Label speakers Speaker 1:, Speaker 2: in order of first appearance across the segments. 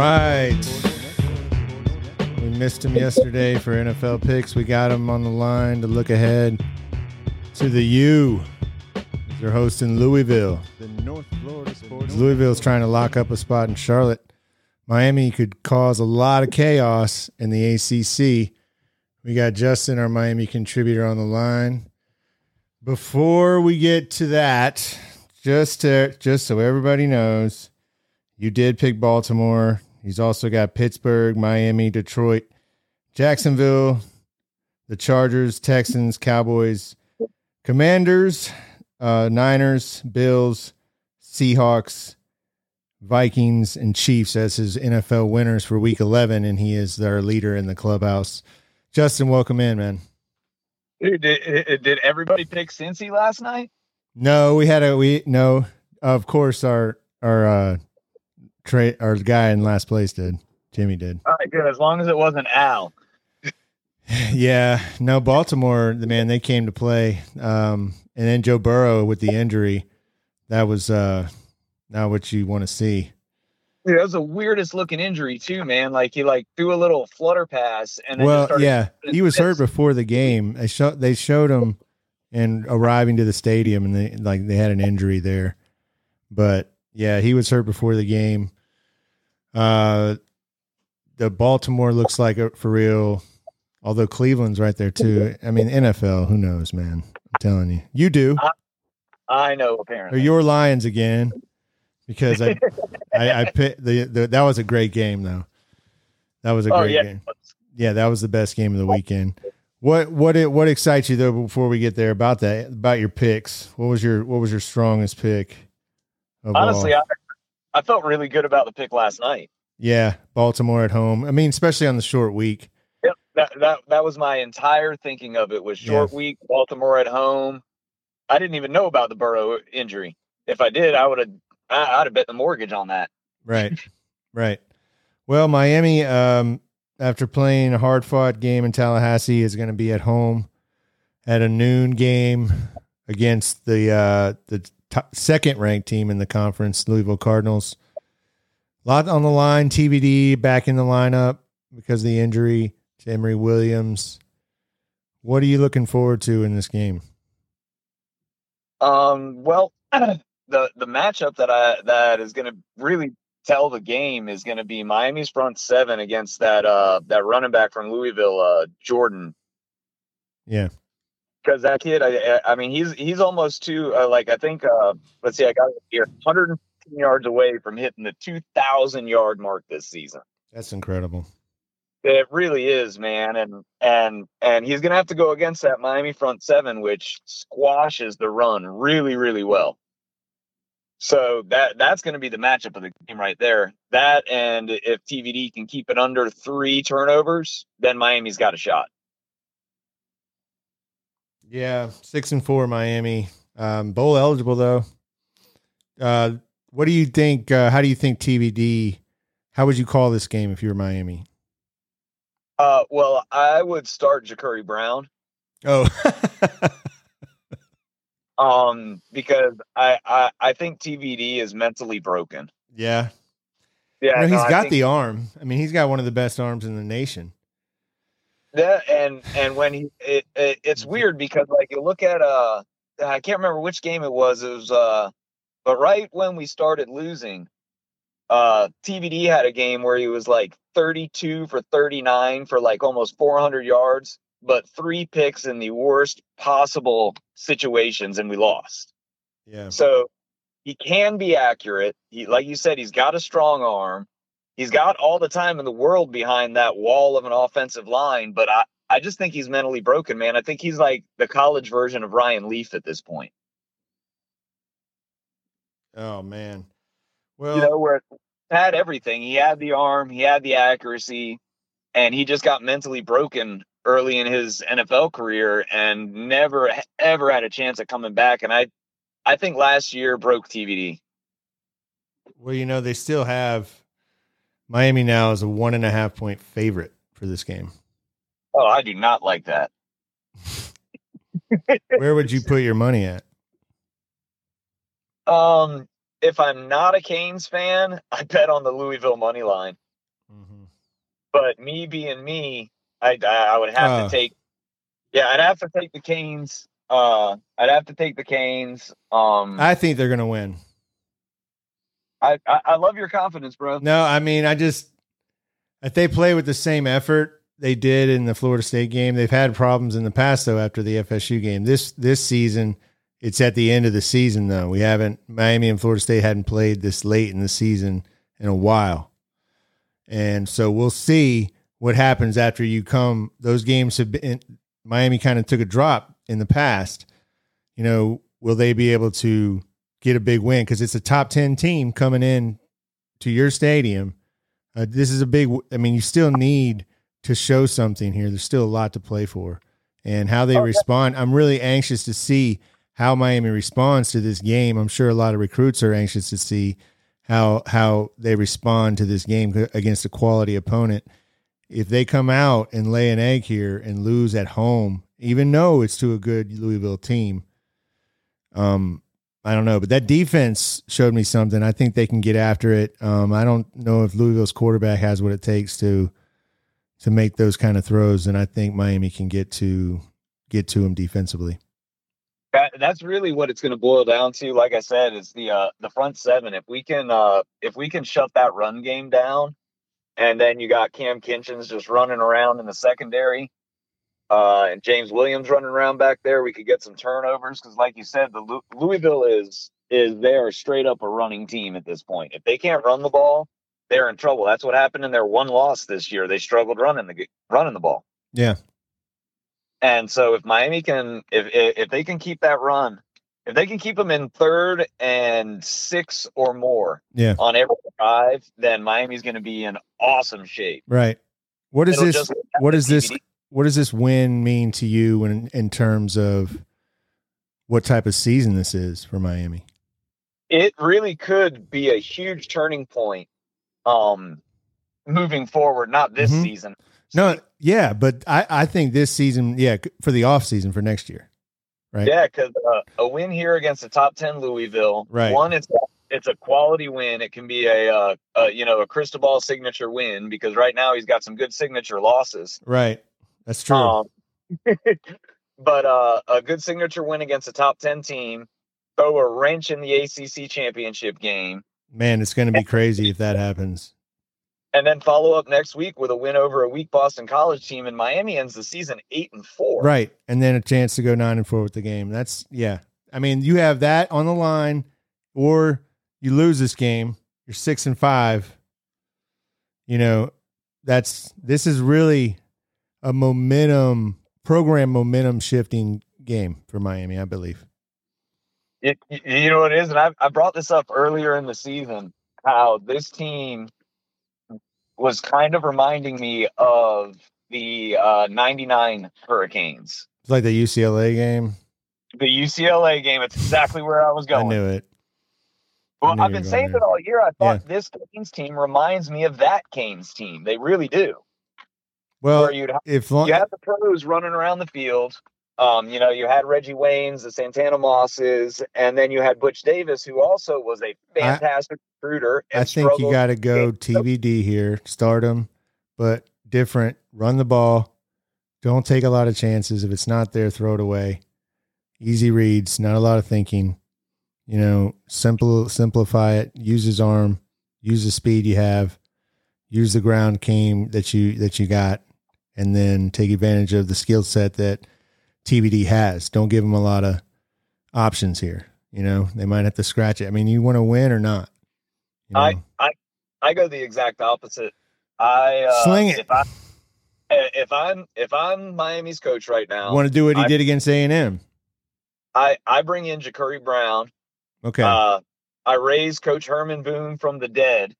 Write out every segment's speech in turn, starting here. Speaker 1: right. We missed him yesterday for NFL picks. We got him on the line to look ahead to the U. They're hosting Louisville.
Speaker 2: The North Florida Sports.
Speaker 1: Louisville's trying to lock up a spot in Charlotte. Miami could cause a lot of chaos in the ACC. We got Justin, our Miami contributor, on the line. Before we get to that, just to, just so everybody knows, you did pick Baltimore. He's also got Pittsburgh, Miami, Detroit, Jacksonville, the Chargers, Texans, Cowboys, Commanders, uh, Niners, Bills, Seahawks, Vikings, and Chiefs as his NFL winners for week 11. And he is their leader in the clubhouse. Justin, welcome in, man.
Speaker 3: Dude, did, did everybody pick Cincy last night?
Speaker 1: No, we had a, we, no, of course, our, our, uh, Trey, our guy in last place did. Jimmy did.
Speaker 3: All right, good. As long as it wasn't Al.
Speaker 1: Yeah, no, Baltimore, the man, they came to play. Um, and then Joe Burrow with the injury, that was uh, not what you want to see.
Speaker 3: Dude, that was the weirdest looking injury too, man. Like he like threw a little flutter pass and then
Speaker 1: well,
Speaker 3: just started-
Speaker 1: yeah, he was hurt before the game. They show, they showed him and arriving to the stadium, and they like they had an injury there, but yeah, he was hurt before the game. Uh, the Baltimore looks like it for real, although Cleveland's right there too. I mean, NFL, who knows, man? I'm telling you, you do
Speaker 3: I know
Speaker 1: or
Speaker 3: apparently.
Speaker 1: your Lions again, because I, I, I pit the, the that was a great game though. That was a
Speaker 3: oh
Speaker 1: great
Speaker 3: yeah.
Speaker 1: game. Yeah, that was the best game of the weekend. What what it what excites you though before we get there about that about your picks? What was your what was your strongest pick? Of
Speaker 3: Honestly,
Speaker 1: all?
Speaker 3: I I felt really good about the pick last night.
Speaker 1: yeah, Baltimore at home. I mean, especially on the short week.
Speaker 3: Yep. That that that was my entire thinking of it was short week, Baltimore at home. I didn't even know about the Burrow injury. If I did, I would have I, I'd have bet the mortgage on that.
Speaker 1: Right. right. Well, Miami, um, after playing a hard fought game in Tallahassee, is going to be at home at a noon game against the uh, the t- second ranked team in the conference, Louisville Cardinals. Lot on the line. TBD back in the lineup because of the injury to Emory Williams. What are you looking forward to in this game?
Speaker 3: Um, well, the the matchup that I that is going to really tell the game is going to be Miami's front seven against that uh that running back from Louisville, uh Jordan.
Speaker 1: Yeah.
Speaker 3: Because that kid, I, I I mean, he's he's almost too uh, like I think. Uh, let's see, I got it here, 115 yards away from hitting the 2,000 yard mark this season.
Speaker 1: That's incredible.
Speaker 3: It really is, man, and and and he's gonna have to go against that Miami front seven, which squashes the run really, really well. So that that's gonna be the matchup of the game right there. That and if TVD can keep it under three turnovers, then Miami's got a shot.
Speaker 1: Yeah, six and four Miami. Um, bowl eligible though. Uh, what do you think? Uh, how do you think TBD? How would you call this game if you were Miami?
Speaker 3: Uh, well, I would start Ja'Curry Brown.
Speaker 1: Oh,
Speaker 3: um because I, I i think tvd is mentally broken
Speaker 1: yeah.
Speaker 3: yeah
Speaker 1: No,
Speaker 3: no,
Speaker 1: he's
Speaker 3: I
Speaker 1: got
Speaker 3: think
Speaker 1: the arm. I mean, he's got one of the best arms in the nation.
Speaker 3: that, and and when he it, it, it's weird because like you look at uh i can't remember which game it was it was uh but right when we started losing uh tvd had a game where he was like 32 for 39 for like almost 400 yards but three picks in the worst possible situations and we lost
Speaker 1: Yeah,
Speaker 3: So he can be accurate. He, like you said, he's got a strong arm. He's got all the time in the world behind that wall of an offensive line, but I, I just think he's mentally broken, man. I think he's like the college version of Ryan Leaf at this point.
Speaker 1: Oh man. Well,
Speaker 3: you know, where he had everything. He had the arm, he had the accuracy, and he just got mentally broken early in his NFL career and never ever had a chance at coming back. And I I think last year broke TVD.
Speaker 1: well, you know they still have Miami now is a one and a half point favorite for this game.
Speaker 3: Oh, I do not like that.
Speaker 1: Where would you put your money at?
Speaker 3: Um, if I'm not a Canes fan, I bet on the Louisville money line.
Speaker 1: Mm-hmm.
Speaker 3: But me being me, I I I would have
Speaker 1: Uh.
Speaker 3: to take. Yeah, I'd have to take the Canes. Uh, I'd have to take the Canes. Um, I
Speaker 1: I think they're gonna win.
Speaker 3: I, I love your confidence, bro.
Speaker 1: No, I mean, I just if they play with the same effort they did in the Florida State game, they've had problems in the past though after the FSU game. This this season, it's at the end of the season though. We haven't Miami and Florida State hadn't played this late in the season in a while. And so we'll see what happens after you come. Those games have been Miami kind of took a drop in the past. You know, will they be able to get a big win because it's a top 10 team coming in to your stadium. Uh, this is a big. I mean, you still need to show something here. There's still a lot to play for, and how they
Speaker 3: Oh, yeah.
Speaker 1: respond. I'm really anxious to see how Miami responds to this game. I'm sure a lot of recruits are anxious to see how how they respond to this game against a quality opponent. If they come out and lay an egg here and lose at home, even though it's to a good Louisville team, um, I don't know, but that defense showed me something. I think they can get after it. Um, I don't know if Louisville's quarterback has what it takes to to make those kind of throws, and I think Miami can get to get to him defensively.
Speaker 3: That, that's really what it's going to boil down to. Like I said, is the uh, the front seven. If we can uh, if we can shut that run game down, and then you got Cam Kinchins just running around in the secondary, uh, and James Williams running around back there, we could get some turnovers. Because like you said, the Lou- Louisville is is they are straight up a running team at this point. If they can't run the ball, they're in trouble. That's what happened in their one loss this year. They struggled running the g- running the ball.
Speaker 1: Yeah.
Speaker 3: And so if Miami can if if, if they can keep that run, if they can keep them in third and six or more
Speaker 1: Yeah.
Speaker 3: on every drive, then Miami's going to be in awesome shape.
Speaker 1: Right. What is
Speaker 3: It'll
Speaker 1: this?
Speaker 3: just-
Speaker 1: What is this?
Speaker 3: TBD.
Speaker 1: What does this win mean to you in in terms of what type of season this is for Miami?
Speaker 3: It really could be a huge turning point um moving forward, not this
Speaker 1: Mhm.
Speaker 3: season.
Speaker 1: No, yeah, but I I think this season, yeah, for the off season for next year, right?
Speaker 3: Yeah, because uh, a win here against the top ten Louisville,
Speaker 1: Right.
Speaker 3: One, it's it's a quality win. It can be a, uh, a you know a Cristobal signature win because right now he's got some good signature losses.
Speaker 1: Right. That's true.
Speaker 3: Um, but uh, a good signature win against a top ten team, throw a wrench in the ACC championship game,
Speaker 1: Man, it's going to be crazy if that happens.
Speaker 3: and then follow up next week with a win over a weak Boston College team, and Miami ends the season eight and four.
Speaker 1: Right. And then a chance to go nine and four with the game. That's yeah. I mean, you have that on the line, or you lose this game, you're six and five. You know, that's this is really a momentum program momentum shifting game for Miami, I believe.
Speaker 3: It, you you know what it is, and I, I brought this up earlier in the season how this team was kind of reminding me of the uh, '99 Hurricanes,
Speaker 1: It's like the UCLA game.
Speaker 3: the UCLA game. It's exactly where I was
Speaker 1: I
Speaker 3: going.
Speaker 1: knew it. I
Speaker 3: well,
Speaker 1: knew
Speaker 3: I've
Speaker 1: you were
Speaker 3: been
Speaker 1: going
Speaker 3: saying
Speaker 1: there.
Speaker 3: it all year. I thought this Canes team reminds me of that Canes team. They really do.
Speaker 1: Well,
Speaker 3: where you'd
Speaker 1: if long,
Speaker 3: you had the pros running around the field. Um, you know, you had Reggie Waynes, the Santana Mosses, and then you had Butch Davis, who also was a fantastic recruiter. And
Speaker 1: I think you
Speaker 3: struggled.
Speaker 1: got to go TBD here, stardom, but different. Run the ball. Don't take a lot of chances. If it's not there, throw it away. Easy reads, not a lot of thinking. You know, simple simplify it. Use his arm. Use the speed you have. Use the ground game that you that you got, and then take advantage of the skill set that TBD has. Don't give him a lot of options here. You know, they might have to scratch it. I mean, you want to win or not. you
Speaker 3: I-
Speaker 1: know?
Speaker 3: I go the exact opposite. I uh,
Speaker 1: Sling it.
Speaker 3: If, I, eh, if I'm if I'm Miami's coach right now,
Speaker 1: want to do what he
Speaker 3: I-
Speaker 1: did against A and M.
Speaker 3: I I bring in Ja'Curry Brown.
Speaker 1: Okay,
Speaker 3: Uh, I raise Coach Herman Boone from the dead,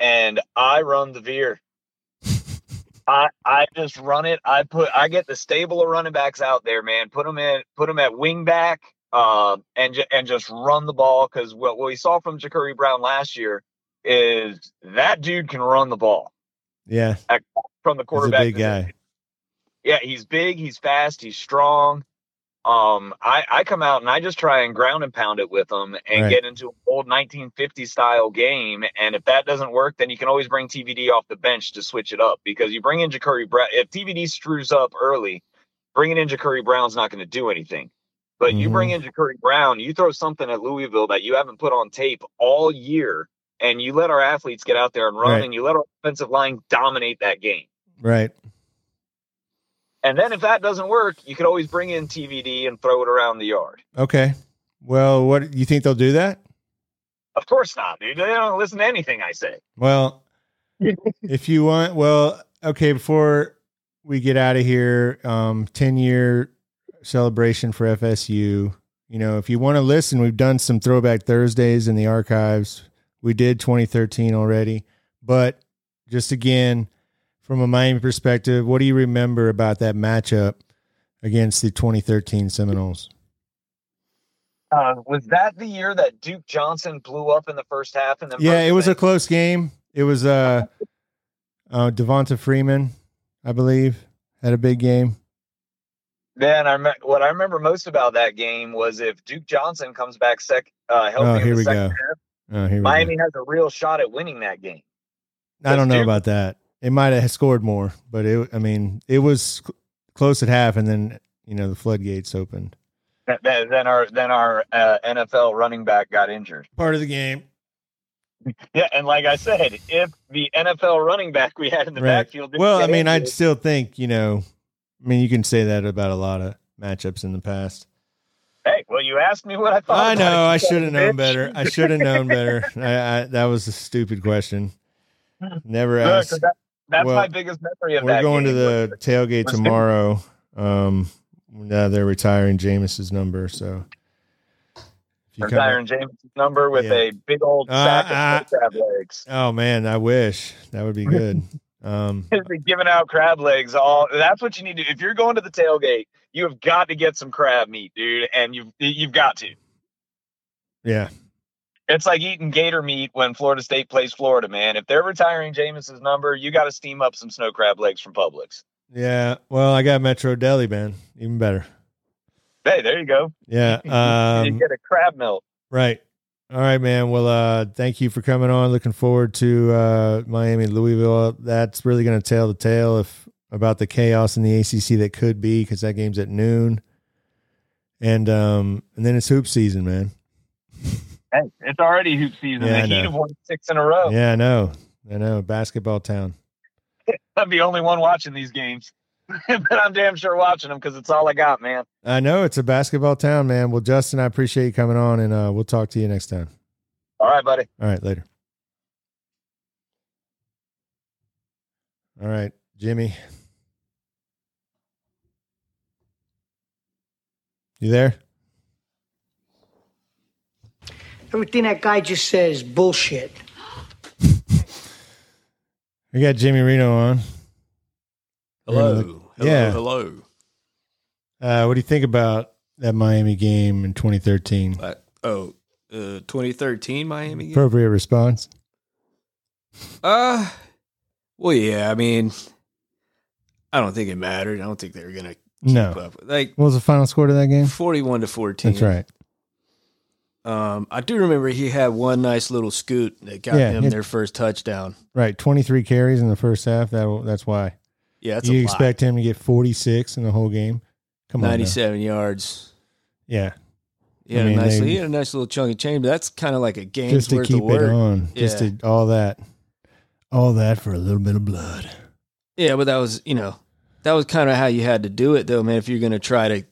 Speaker 3: and I run the veer. I I just run it. I put I get the stable of running backs out there, man. Put them in. Put them at wing back. Um, and ju- and just run the ball because what, what we saw from Ja'Curry Brown last year is that dude can run the ball
Speaker 1: yeah,
Speaker 3: from
Speaker 1: he's
Speaker 3: the
Speaker 1: a
Speaker 3: quarterback.
Speaker 1: big
Speaker 3: position.
Speaker 1: guy.
Speaker 3: Yeah, he's big, he's fast, he's strong. um, I, I come out and I just try and ground and pound it with them and
Speaker 1: Right.
Speaker 3: get into an old 1950 style game. And if that doesn't work, then you can always bring TVD off the bench to switch it up because you bring in Ja'Curry Brown. If TVD screws up early, bringing in Ja'Curry Brown's not going to do anything. But you bring
Speaker 1: Mm-hmm.
Speaker 3: in Ja'Curry Brown, you throw something at Louisville that you haven't put on tape all year, and you let our athletes get out there and run,
Speaker 1: Right.
Speaker 3: and you let our offensive line dominate that game.
Speaker 1: Right.
Speaker 3: And then if that doesn't work, you could always bring in TVD and throw it around the yard.
Speaker 1: Okay. Well, what you think they'll do that?
Speaker 3: Of course not, dude. They don't listen to anything I say.
Speaker 1: Well, if you want, well, okay, before we get out of here, um, 10 year celebration for FSU. You know, if you want to listen, we've done some throwback Thursdays in the archives. We did 2013 already, but just again, from a Miami perspective, what do you remember about that matchup against the 2013 Seminoles?
Speaker 3: Uh, was that the year that Duke Johnson blew up in the first half? And then
Speaker 1: Yeah, it was a
Speaker 3: a
Speaker 1: close game. It was uh, uh Devonta Freeman, I believe, had a big game.
Speaker 3: man. I rem- what I remember most about that game was if Duke Johnson comes back sec, uh, healthy
Speaker 1: Oh,
Speaker 3: in
Speaker 1: here
Speaker 3: the
Speaker 1: we go.
Speaker 3: second half,
Speaker 1: Oh, here we go.
Speaker 3: Miami has a real shot at winning that game.
Speaker 1: I don't know
Speaker 3: Duke-
Speaker 1: about that. It might have scored more, but it. I mean, it was cl- close at half, and then you know the floodgates opened.
Speaker 3: Th- th- Then our then our uh, NFL running back got injured.
Speaker 1: Part of the game.
Speaker 3: Yeah, and like I said, if the NFL running back we had in the
Speaker 1: Right.
Speaker 3: backfield, didn't
Speaker 1: Well, I
Speaker 3: get
Speaker 1: mean, I'd
Speaker 3: injured,
Speaker 1: still think you know. I mean, you can say that about a lot of matchups in the past.
Speaker 3: hey, well, you asked me what I thought.
Speaker 1: I
Speaker 3: about it,
Speaker 1: know. I
Speaker 3: you
Speaker 1: should have
Speaker 3: son of a
Speaker 1: known
Speaker 3: Oh, bitch.
Speaker 1: better. I should have known better. I, I, that was a stupid question. Never
Speaker 3: Look,
Speaker 1: asked.
Speaker 3: that- that's
Speaker 1: Well,
Speaker 3: my biggest memory of
Speaker 1: We're
Speaker 3: that.
Speaker 1: going to
Speaker 3: game.
Speaker 1: the tailgate
Speaker 3: was-
Speaker 1: tomorrow. Um, now they're retiring Jameis's number, so if come back-
Speaker 3: retiring James' number with
Speaker 1: Yeah.
Speaker 3: a big old
Speaker 1: Uh,
Speaker 3: sack
Speaker 1: uh,
Speaker 3: of crab legs.
Speaker 1: Oh man, I wish that would be good. Um,
Speaker 3: They're giving out crab legs all. That's what you need to. If you're going to the tailgate, you have got to get some crab meat, dude, and you've you've got to.
Speaker 1: yeah,
Speaker 3: It's like eating gator meat when Florida State plays Florida, man. If they're retiring Jameis's number, you got to steam up some snow crab legs from Publix.
Speaker 1: yeah. Well, I got Metro Deli, man. Even better.
Speaker 3: Hey, there you go.
Speaker 1: Yeah.
Speaker 3: you
Speaker 1: Um,
Speaker 3: get a crab melt.
Speaker 1: right. All right, man. Well, uh, thank you for coming on. Looking forward to uh, Miami, Louisville. That's really going to tell the tale if about the chaos in the ACC that could be because that game's at noon, and um, and then it's hoop season, man.
Speaker 3: Hey, it's already hoop season.
Speaker 1: Yeah, I
Speaker 3: the Heat
Speaker 1: know.
Speaker 3: have won six in a row.
Speaker 1: Yeah, I know. I know. Basketball town.
Speaker 3: I'm the only one watching these games, but I'm damn sure watching them because it's all I got, man.
Speaker 1: I know it's a basketball town, man. Well, Justin, I appreciate you coming on, and uh, we'll talk to you next time.
Speaker 3: All right, buddy.
Speaker 1: All right, later. All right, Jimmy. You there?
Speaker 4: Everything that guy just says is bullshit.
Speaker 1: We got Jimmy Reno on.
Speaker 5: Hello.
Speaker 1: Yeah.
Speaker 5: Hello. Hello.
Speaker 1: Uh, what do you think about that Miami game in 2013?
Speaker 5: Like, oh, uh, 2013 Miami. game?
Speaker 1: Appropriate response.
Speaker 5: Uh, well, yeah. I mean, I don't think it mattered. I don't think they were gonna keep
Speaker 1: No.
Speaker 5: up. Like
Speaker 1: What was the final score to that game?
Speaker 5: 41 to 14.
Speaker 1: That's right.
Speaker 5: Um, I do remember he had one nice little scoot that got
Speaker 1: Yeah,
Speaker 5: them
Speaker 1: it-
Speaker 5: their first touchdown.
Speaker 1: Right, 23 carries in the first half. That that's why
Speaker 5: Yeah, that's
Speaker 1: you
Speaker 5: a
Speaker 1: expect him to get 46 in the whole game. Come
Speaker 5: lot.
Speaker 1: on, now.
Speaker 5: 97 yards.
Speaker 1: yeah,
Speaker 5: He had,
Speaker 1: I mean,
Speaker 5: a nice,
Speaker 1: they-
Speaker 5: he had a nice little chunk of change, but that's kind of like a game's
Speaker 1: just to
Speaker 5: worth
Speaker 1: keep
Speaker 5: of
Speaker 1: it
Speaker 5: work.
Speaker 1: on, just
Speaker 5: Yeah.
Speaker 1: to all that, all that for a little bit of blood.
Speaker 5: Yeah, but that was you know that was kind of how you had to do it though, man. If you're going to try to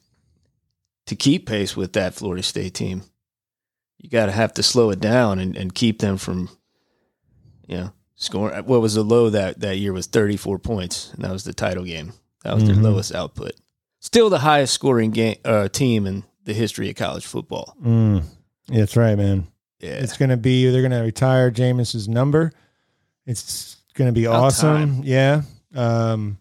Speaker 5: to keep pace with that Florida State team, you got to have to slow it down and, and keep them from you know scoring. What was the low that that year was 34 points, and that was the title game. That was
Speaker 1: Mhm.
Speaker 5: their lowest output. Still the highest scoring game uh, team in the history of college football.
Speaker 1: Mm. That's right, man.
Speaker 5: Yeah,
Speaker 1: It's gonna be they're gonna retire Jameis's number. It's gonna be
Speaker 5: About
Speaker 1: awesome. Yeah. Um,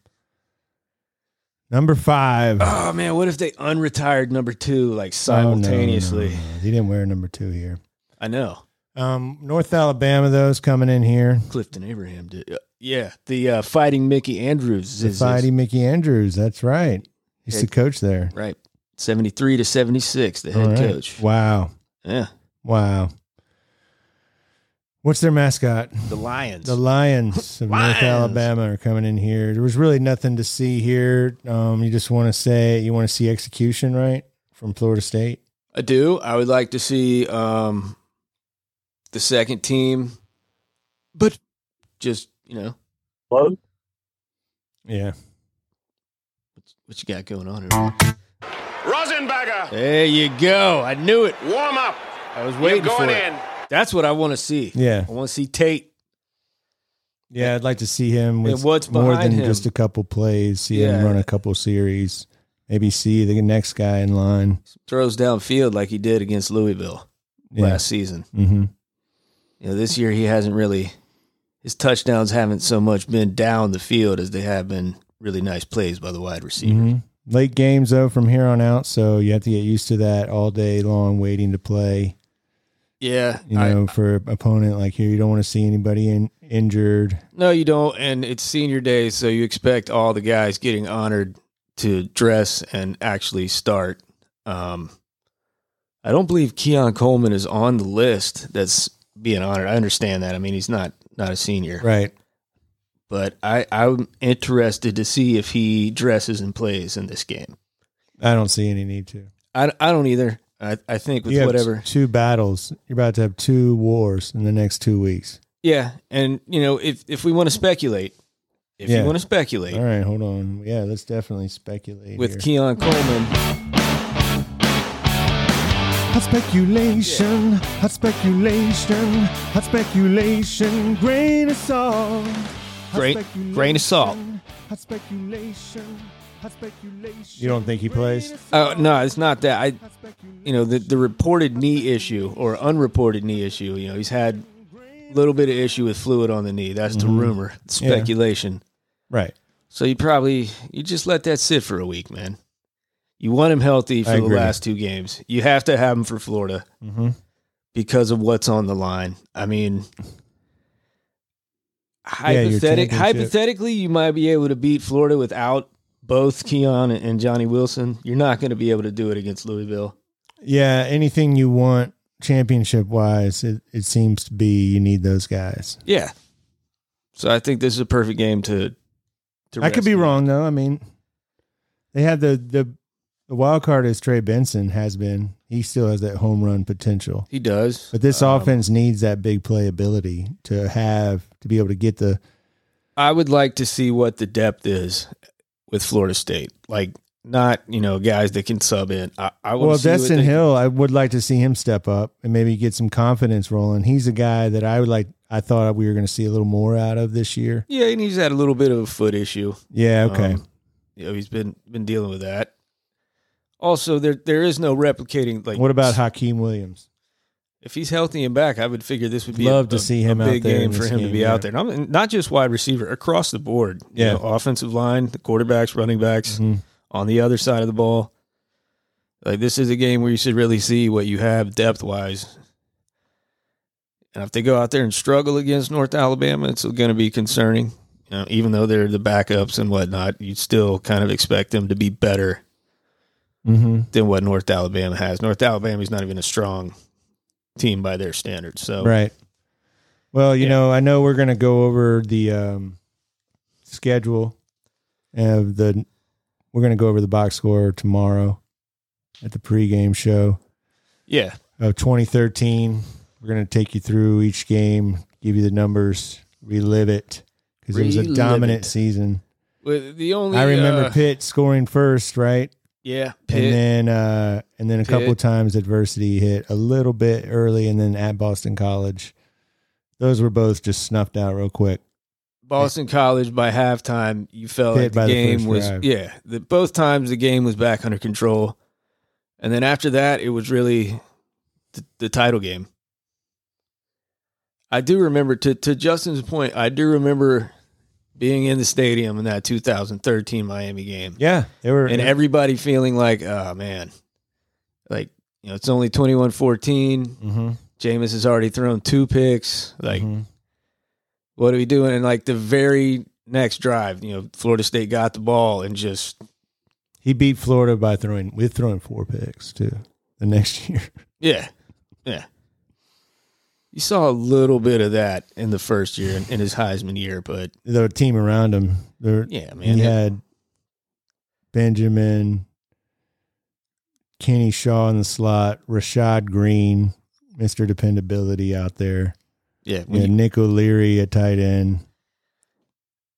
Speaker 1: number five.
Speaker 5: Oh man, what if they unretired number two like
Speaker 1: Oh, no, no,
Speaker 5: simultaneously?
Speaker 1: no, no. He didn't wear number two here.
Speaker 5: I know.
Speaker 1: Um, North Alabama though is coming in here.
Speaker 5: Clifton Abraham did. Yeah, the uh, fighting Mickey Andrews
Speaker 1: The
Speaker 5: is, is-
Speaker 1: Mickey Andrews. That's right. He's
Speaker 5: Yeah.
Speaker 1: the coach there.
Speaker 5: right. 73 to 76, the head
Speaker 1: All right.
Speaker 5: coach.
Speaker 1: Wow.
Speaker 5: Yeah.
Speaker 1: Wow. What's their mascot?
Speaker 5: The Lions.
Speaker 1: The Lions of
Speaker 5: Lions.
Speaker 1: North Alabama are coming in here. There was really nothing to see here. Um, you just want to say you want to see execution, right? From Florida State.
Speaker 5: I do. I would like to see um, the second team, but just, you know,
Speaker 1: Yeah.
Speaker 5: what you got going on here?
Speaker 6: Rosenberger,
Speaker 5: There you go. I knew it.
Speaker 6: warm up.
Speaker 5: I was
Speaker 6: You're
Speaker 5: waiting
Speaker 6: going
Speaker 5: for it.
Speaker 6: in.
Speaker 5: That's what I want to see.
Speaker 1: Yeah.
Speaker 5: I want to see Tate.
Speaker 1: Yeah. I'd like to see him with
Speaker 5: And what's
Speaker 1: more
Speaker 5: behind
Speaker 1: than
Speaker 5: him?
Speaker 1: just a couple plays, see
Speaker 5: Yeah.
Speaker 1: him run a couple series, maybe see the next guy in line.
Speaker 5: Throws downfield like he did against Louisville
Speaker 1: Yeah.
Speaker 5: last season.
Speaker 1: hmm
Speaker 5: You know, this year he hasn't really his touchdowns haven't so much been down the field as they have been really nice plays by the wide receiver.
Speaker 1: hmm Late games though from here on out, so you have to get used to that all day long waiting to play.
Speaker 5: Yeah,
Speaker 1: You
Speaker 5: I-
Speaker 1: know, for opponent like here, you don't want to see anybody in, injured.
Speaker 5: No, you don't. And it's senior day, so you expect all the guys getting honored to dress and actually start. Um, I don't believe Keon Coleman is on the list that's being honored. I understand that. I mean, he's not not a senior,
Speaker 1: Right.
Speaker 5: but I I'm interested to see if he dresses and plays in this game.
Speaker 1: I don't see any need to.
Speaker 5: I, I don't either. I I think with
Speaker 1: You have
Speaker 5: whatever.
Speaker 1: t- two battles. You're about to have two wars in the next two weeks.
Speaker 5: Yeah, and you know if if we want to speculate, if
Speaker 1: Yeah.
Speaker 5: you want to speculate
Speaker 1: All right, hold on. Yeah, let's definitely speculate
Speaker 5: with
Speaker 1: here.
Speaker 5: Keon Coleman.
Speaker 1: Hot speculation, hot speculation, hot speculation, grain of salt. Hot
Speaker 5: Grain-
Speaker 1: speculation,
Speaker 5: grain of salt.
Speaker 1: Hot speculation, hot speculation. You don't think he plays?
Speaker 5: Oh no, it's not that. I, you know, the the reported knee issue or unreported knee issue. You know, he's had a little bit of issue with fluid on the knee. That's
Speaker 1: Mm-hmm.
Speaker 5: the rumor, speculation.
Speaker 1: Right.
Speaker 5: So you probably you just let that sit for a week, man. You want him healthy for
Speaker 1: I
Speaker 5: the
Speaker 1: agree.
Speaker 5: last two games. You have to have him for Florida
Speaker 1: Mm-hmm.
Speaker 5: because of what's on the line. I mean,
Speaker 1: Yeah, your
Speaker 5: hypothetic,
Speaker 1: championship.
Speaker 5: hypothetically, you might be able to beat Florida without both Keon and- and Johnny Wilson. You're not going to be able to do it against Louisville.
Speaker 1: Yeah, anything you want championship wise, it, it seems to be you need those guys.
Speaker 5: Yeah. So I think this is a perfect game to. to
Speaker 1: I could be
Speaker 5: rescue.
Speaker 1: wrong though. I mean, they had the the the wild card is Trey Benson has been. He still has that home run potential,
Speaker 5: He does,
Speaker 1: but this
Speaker 5: Um,
Speaker 1: offense needs that big play ability to have to be able to get the
Speaker 5: I would like to see what the depth is with Florida State. Like not you know guys that can sub in. I, I want
Speaker 1: well
Speaker 5: to see what
Speaker 1: Destin
Speaker 5: they-
Speaker 1: Hill. I would like to see him step up and maybe get some confidence rolling. He's a guy that I would like. I thought we were going to see a little more out of this year.
Speaker 5: Yeah, and he's had a little bit of a foot issue.
Speaker 1: Yeah. Okay.
Speaker 5: Um, you know, he's been been dealing with that. Also, there there is no replicating. Like
Speaker 1: what about Hakeem Williams?
Speaker 5: if he's healthy and back? I would figure this would be a-
Speaker 1: Love to
Speaker 5: a-
Speaker 1: see him
Speaker 5: a
Speaker 1: out
Speaker 5: big
Speaker 1: there in
Speaker 5: game for
Speaker 1: this
Speaker 5: him to
Speaker 1: game,
Speaker 5: be
Speaker 1: yeah.
Speaker 5: out there. And I'm, not just wide receiver across the board. you
Speaker 1: Yeah.
Speaker 5: know, offensive line, the quarterbacks, running backs.
Speaker 1: Mm-hmm.
Speaker 5: on the other side of the ball. Like this is a game where you should really see what you have depth wise. And if they go out there and struggle against North Alabama, it's going to be concerning. You know, even though they're the backups and whatnot, you still kind of expect them to be better
Speaker 1: Mm-hmm.
Speaker 5: than what North Alabama has. North Alabama's not even a strong team by their standards. So
Speaker 1: Right. Well, you
Speaker 5: Yeah.
Speaker 1: know, I know we're going to go over the um, schedule of the. We're going to go over the box score tomorrow at the pregame show
Speaker 5: yeah,
Speaker 1: of 2013. We're going to take you through each game, give you the numbers, relive it because it was a
Speaker 5: Relive
Speaker 1: dominant
Speaker 5: it.
Speaker 1: season.
Speaker 5: With the only
Speaker 1: I remember
Speaker 5: uh,
Speaker 1: Pitt scoring first, right?
Speaker 5: yeah,
Speaker 1: And
Speaker 5: Pitt.
Speaker 1: then, uh, and then a couple
Speaker 5: Pitt.
Speaker 1: times adversity hit a little bit early, and then at Boston College, those were both just snuffed out real quick.
Speaker 5: Boston College by halftime, you felt
Speaker 1: Hit
Speaker 5: like the
Speaker 1: by the
Speaker 5: game
Speaker 1: first
Speaker 5: was
Speaker 1: drive.
Speaker 5: yeah. The, both times the game was back under control, and then after that, it was really the, the title game. I do remember to to Justin's point. I do remember being in the stadium in that 2013 Miami game,
Speaker 1: Yeah, they were.
Speaker 5: and everybody feeling like, oh man, like you know, it's only 21-14.
Speaker 1: hmm
Speaker 5: Jameis has already thrown two picks, like
Speaker 1: Mm-hmm.
Speaker 5: what are we doing? And like the very next drive, you know, Florida State got the ball and just
Speaker 1: He beat Florida by throwing with throwing four picks too. The next year,
Speaker 5: Yeah. Yeah. You saw a little bit of that in the first year in, in his Heisman year, but
Speaker 1: the team around him, they're,
Speaker 5: yeah, man.
Speaker 1: he
Speaker 5: it-
Speaker 1: had Benjamin, Kenny Shaw in the slot, Rashad Green, Mister Dependability out there,
Speaker 5: yeah. when
Speaker 1: yeah,
Speaker 5: you-
Speaker 1: Nick O'Leary at tight end,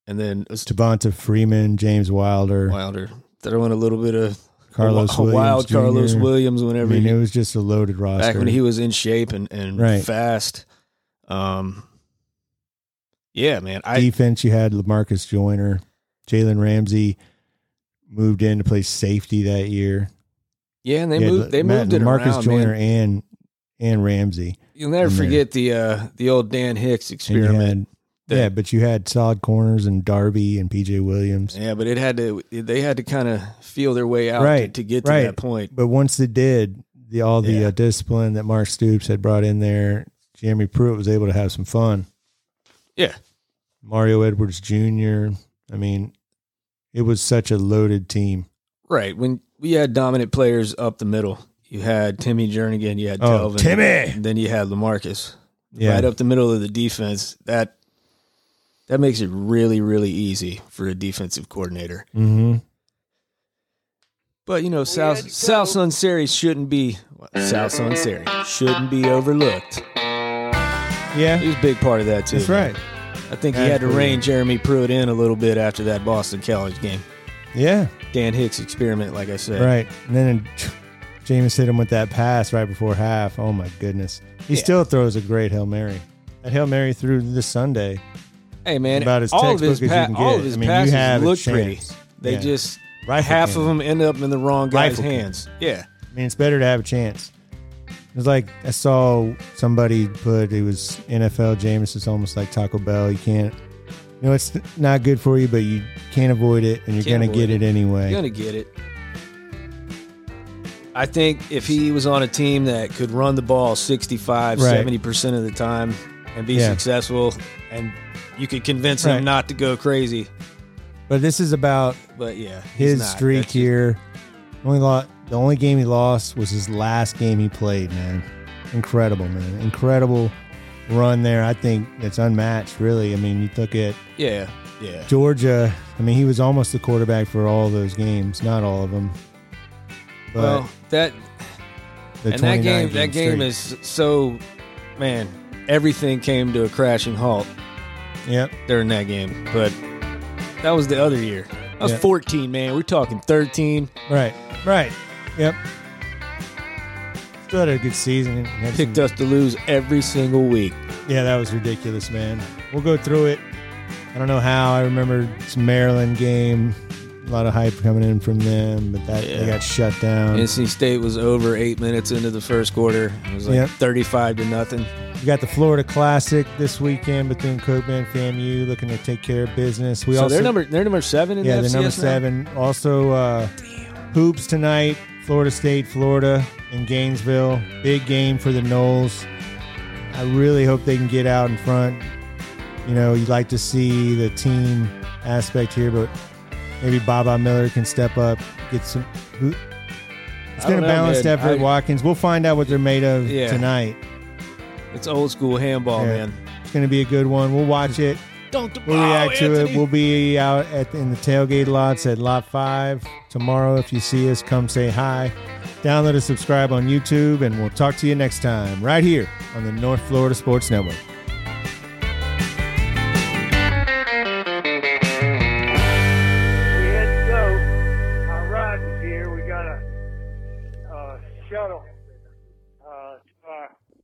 Speaker 5: and then it was
Speaker 1: Devonta Freeman, James Wilder,
Speaker 5: Wilder throwing a little bit of
Speaker 1: Carlos
Speaker 5: a
Speaker 1: Williams,
Speaker 5: wild Carlos
Speaker 1: Jr..
Speaker 5: Williams whenever
Speaker 1: I mean,
Speaker 5: he,
Speaker 1: it was just a loaded roster.
Speaker 5: back when he was in shape and, and
Speaker 1: Right.
Speaker 5: fast. Um, yeah, man. I
Speaker 1: defense, you had Lamarcus Joyner, Jalen Ramsey moved in to play safety that year.
Speaker 5: yeah, and they
Speaker 1: You had
Speaker 5: moved they
Speaker 1: Ma-
Speaker 5: moved it
Speaker 1: Lamarcus
Speaker 5: around, man.
Speaker 1: Joyner and and Ramsey.
Speaker 5: You'll never
Speaker 1: in there.
Speaker 5: forget the uh, the old Dan Hicks
Speaker 1: And you
Speaker 5: experiment.
Speaker 1: had- yeah, but you had solid corners and Darby and PJ Williams.
Speaker 5: Yeah, but it had to. They had to kind of feel their way out
Speaker 1: Right,
Speaker 5: to, to get to
Speaker 1: right.
Speaker 5: that point.
Speaker 1: But once they did, the all the
Speaker 5: Yeah.
Speaker 1: uh, discipline that Mark Stoops had brought in there, Jeremy Pruitt was able to have some fun.
Speaker 5: Yeah.
Speaker 1: Mario Edwards Jr. I mean, it was such a loaded team.
Speaker 5: Right when we had dominant players up the middle, you had Timmy Jernigan, you had
Speaker 1: Oh,
Speaker 5: Telvin,
Speaker 1: Timmy!
Speaker 5: and then you had Lamarcus.
Speaker 1: Yeah.
Speaker 5: Right up the middle of the defense. That that makes it really, really easy for a defensive coordinator.
Speaker 1: Mm-hmm.
Speaker 5: But you know, South South Sun Series shouldn't be well, South Sun Series shouldn't be overlooked.
Speaker 1: Yeah.
Speaker 5: He was a big part of that too.
Speaker 1: That's
Speaker 5: man.
Speaker 1: right.
Speaker 5: I think he had to
Speaker 1: Absolutely.
Speaker 5: rein Jeremy Pruitt in a little bit after that Boston College game.
Speaker 1: Yeah.
Speaker 5: Dan Hicks experiment, like I said.
Speaker 1: Right. And then James hit him with that pass right before half. Oh my goodness. He
Speaker 5: Yeah.
Speaker 1: still throws a great Hail Mary. That Hail Mary through this Sunday.
Speaker 5: Hey man,
Speaker 1: About as
Speaker 5: all of
Speaker 1: textbook
Speaker 5: his
Speaker 1: as you can
Speaker 5: all of
Speaker 1: get.
Speaker 5: his
Speaker 1: I mean, you have
Speaker 5: passes
Speaker 1: a
Speaker 5: look
Speaker 1: chance.
Speaker 5: pretty. They
Speaker 1: Yeah.
Speaker 5: just
Speaker 1: Rifle
Speaker 5: half of
Speaker 1: cannon.
Speaker 5: them end up in the wrong guy's
Speaker 1: Rifle cannon.
Speaker 5: hands. Yeah,
Speaker 1: I mean, it's better to have a chance. It was like I saw somebody put it was NFL Jameis is almost like Taco Bell. You can't you know it's not good for you, but you can't avoid it and you're
Speaker 5: Can't
Speaker 1: gonna get
Speaker 5: avoid
Speaker 1: it, anyway.
Speaker 5: you're gonna get it. I think if he was on a team that could run the ball 65,
Speaker 1: Right.
Speaker 5: 70% of the time and be
Speaker 1: Yeah.
Speaker 5: successful, and you could convince
Speaker 1: Right.
Speaker 5: him not to go crazy.
Speaker 1: but this is about
Speaker 5: But yeah, he's
Speaker 1: his
Speaker 5: not.
Speaker 1: streak
Speaker 5: That's-
Speaker 1: here. Only lo- the only game he lost was his last game he played, man. Incredible, man. Incredible run there. I think it's unmatched, really. I mean, you look at
Speaker 5: Yeah, yeah.
Speaker 1: Georgia. I mean, he was almost the quarterback for all those games, not all of them. But
Speaker 5: well, that
Speaker 1: the
Speaker 5: and that
Speaker 1: 29
Speaker 5: game, that game
Speaker 1: streak.
Speaker 5: is so, man. Everything came to a crashing halt
Speaker 1: Yep.
Speaker 5: during that game, but that was the other year. I was
Speaker 1: Yeah.
Speaker 5: 14, man. We're talking 13.
Speaker 1: Right. Right. Yep. Still had a good season. Had some-
Speaker 5: Picked us to lose every single week.
Speaker 1: Yeah, that was ridiculous, man. We'll go through it. I don't know how. I remember some Maryland game, a lot of hype coming in from them, but that they
Speaker 5: Yeah.
Speaker 1: got shut down.
Speaker 5: NC State was over eight minutes into the first quarter. It was like
Speaker 1: Yep.
Speaker 5: 35 to nothing.
Speaker 1: we got the Florida Classic this weekend between Cookman and FAMU, looking to take care of business. We
Speaker 5: so
Speaker 1: also
Speaker 5: they're number they're number seven in
Speaker 1: yeah, they're
Speaker 5: the FCS
Speaker 1: number
Speaker 5: now?
Speaker 1: seven. Also, uh, hoops tonight. Florida State, Florida, in Gainesville. Big game for the Knowles. I really hope they can get out in front. You know, you'd like to see the team aspect here, but maybe Baba Miller can step up, get some. who- It's
Speaker 5: I
Speaker 1: been a
Speaker 5: don't know,
Speaker 1: balanced
Speaker 5: man.
Speaker 1: effort,
Speaker 5: I-
Speaker 1: Watkins. We'll find out what they're made of
Speaker 5: Yeah.
Speaker 1: tonight.
Speaker 5: It's old school handball,
Speaker 1: Yeah.
Speaker 5: man.
Speaker 1: It's going to be a good one. We'll watch it.
Speaker 5: Don't the
Speaker 1: We'll
Speaker 5: ball,
Speaker 1: react to it.
Speaker 5: Anthony.
Speaker 1: We'll be out at in the tailgate lots at Lot Five tomorrow. If you see us, come say hi. Download and subscribe on YouTube, and we'll talk to you next time right here on the North Florida Sports Network.
Speaker 7: we had to go. Our ride was here. We got a, uh shuttle. uh,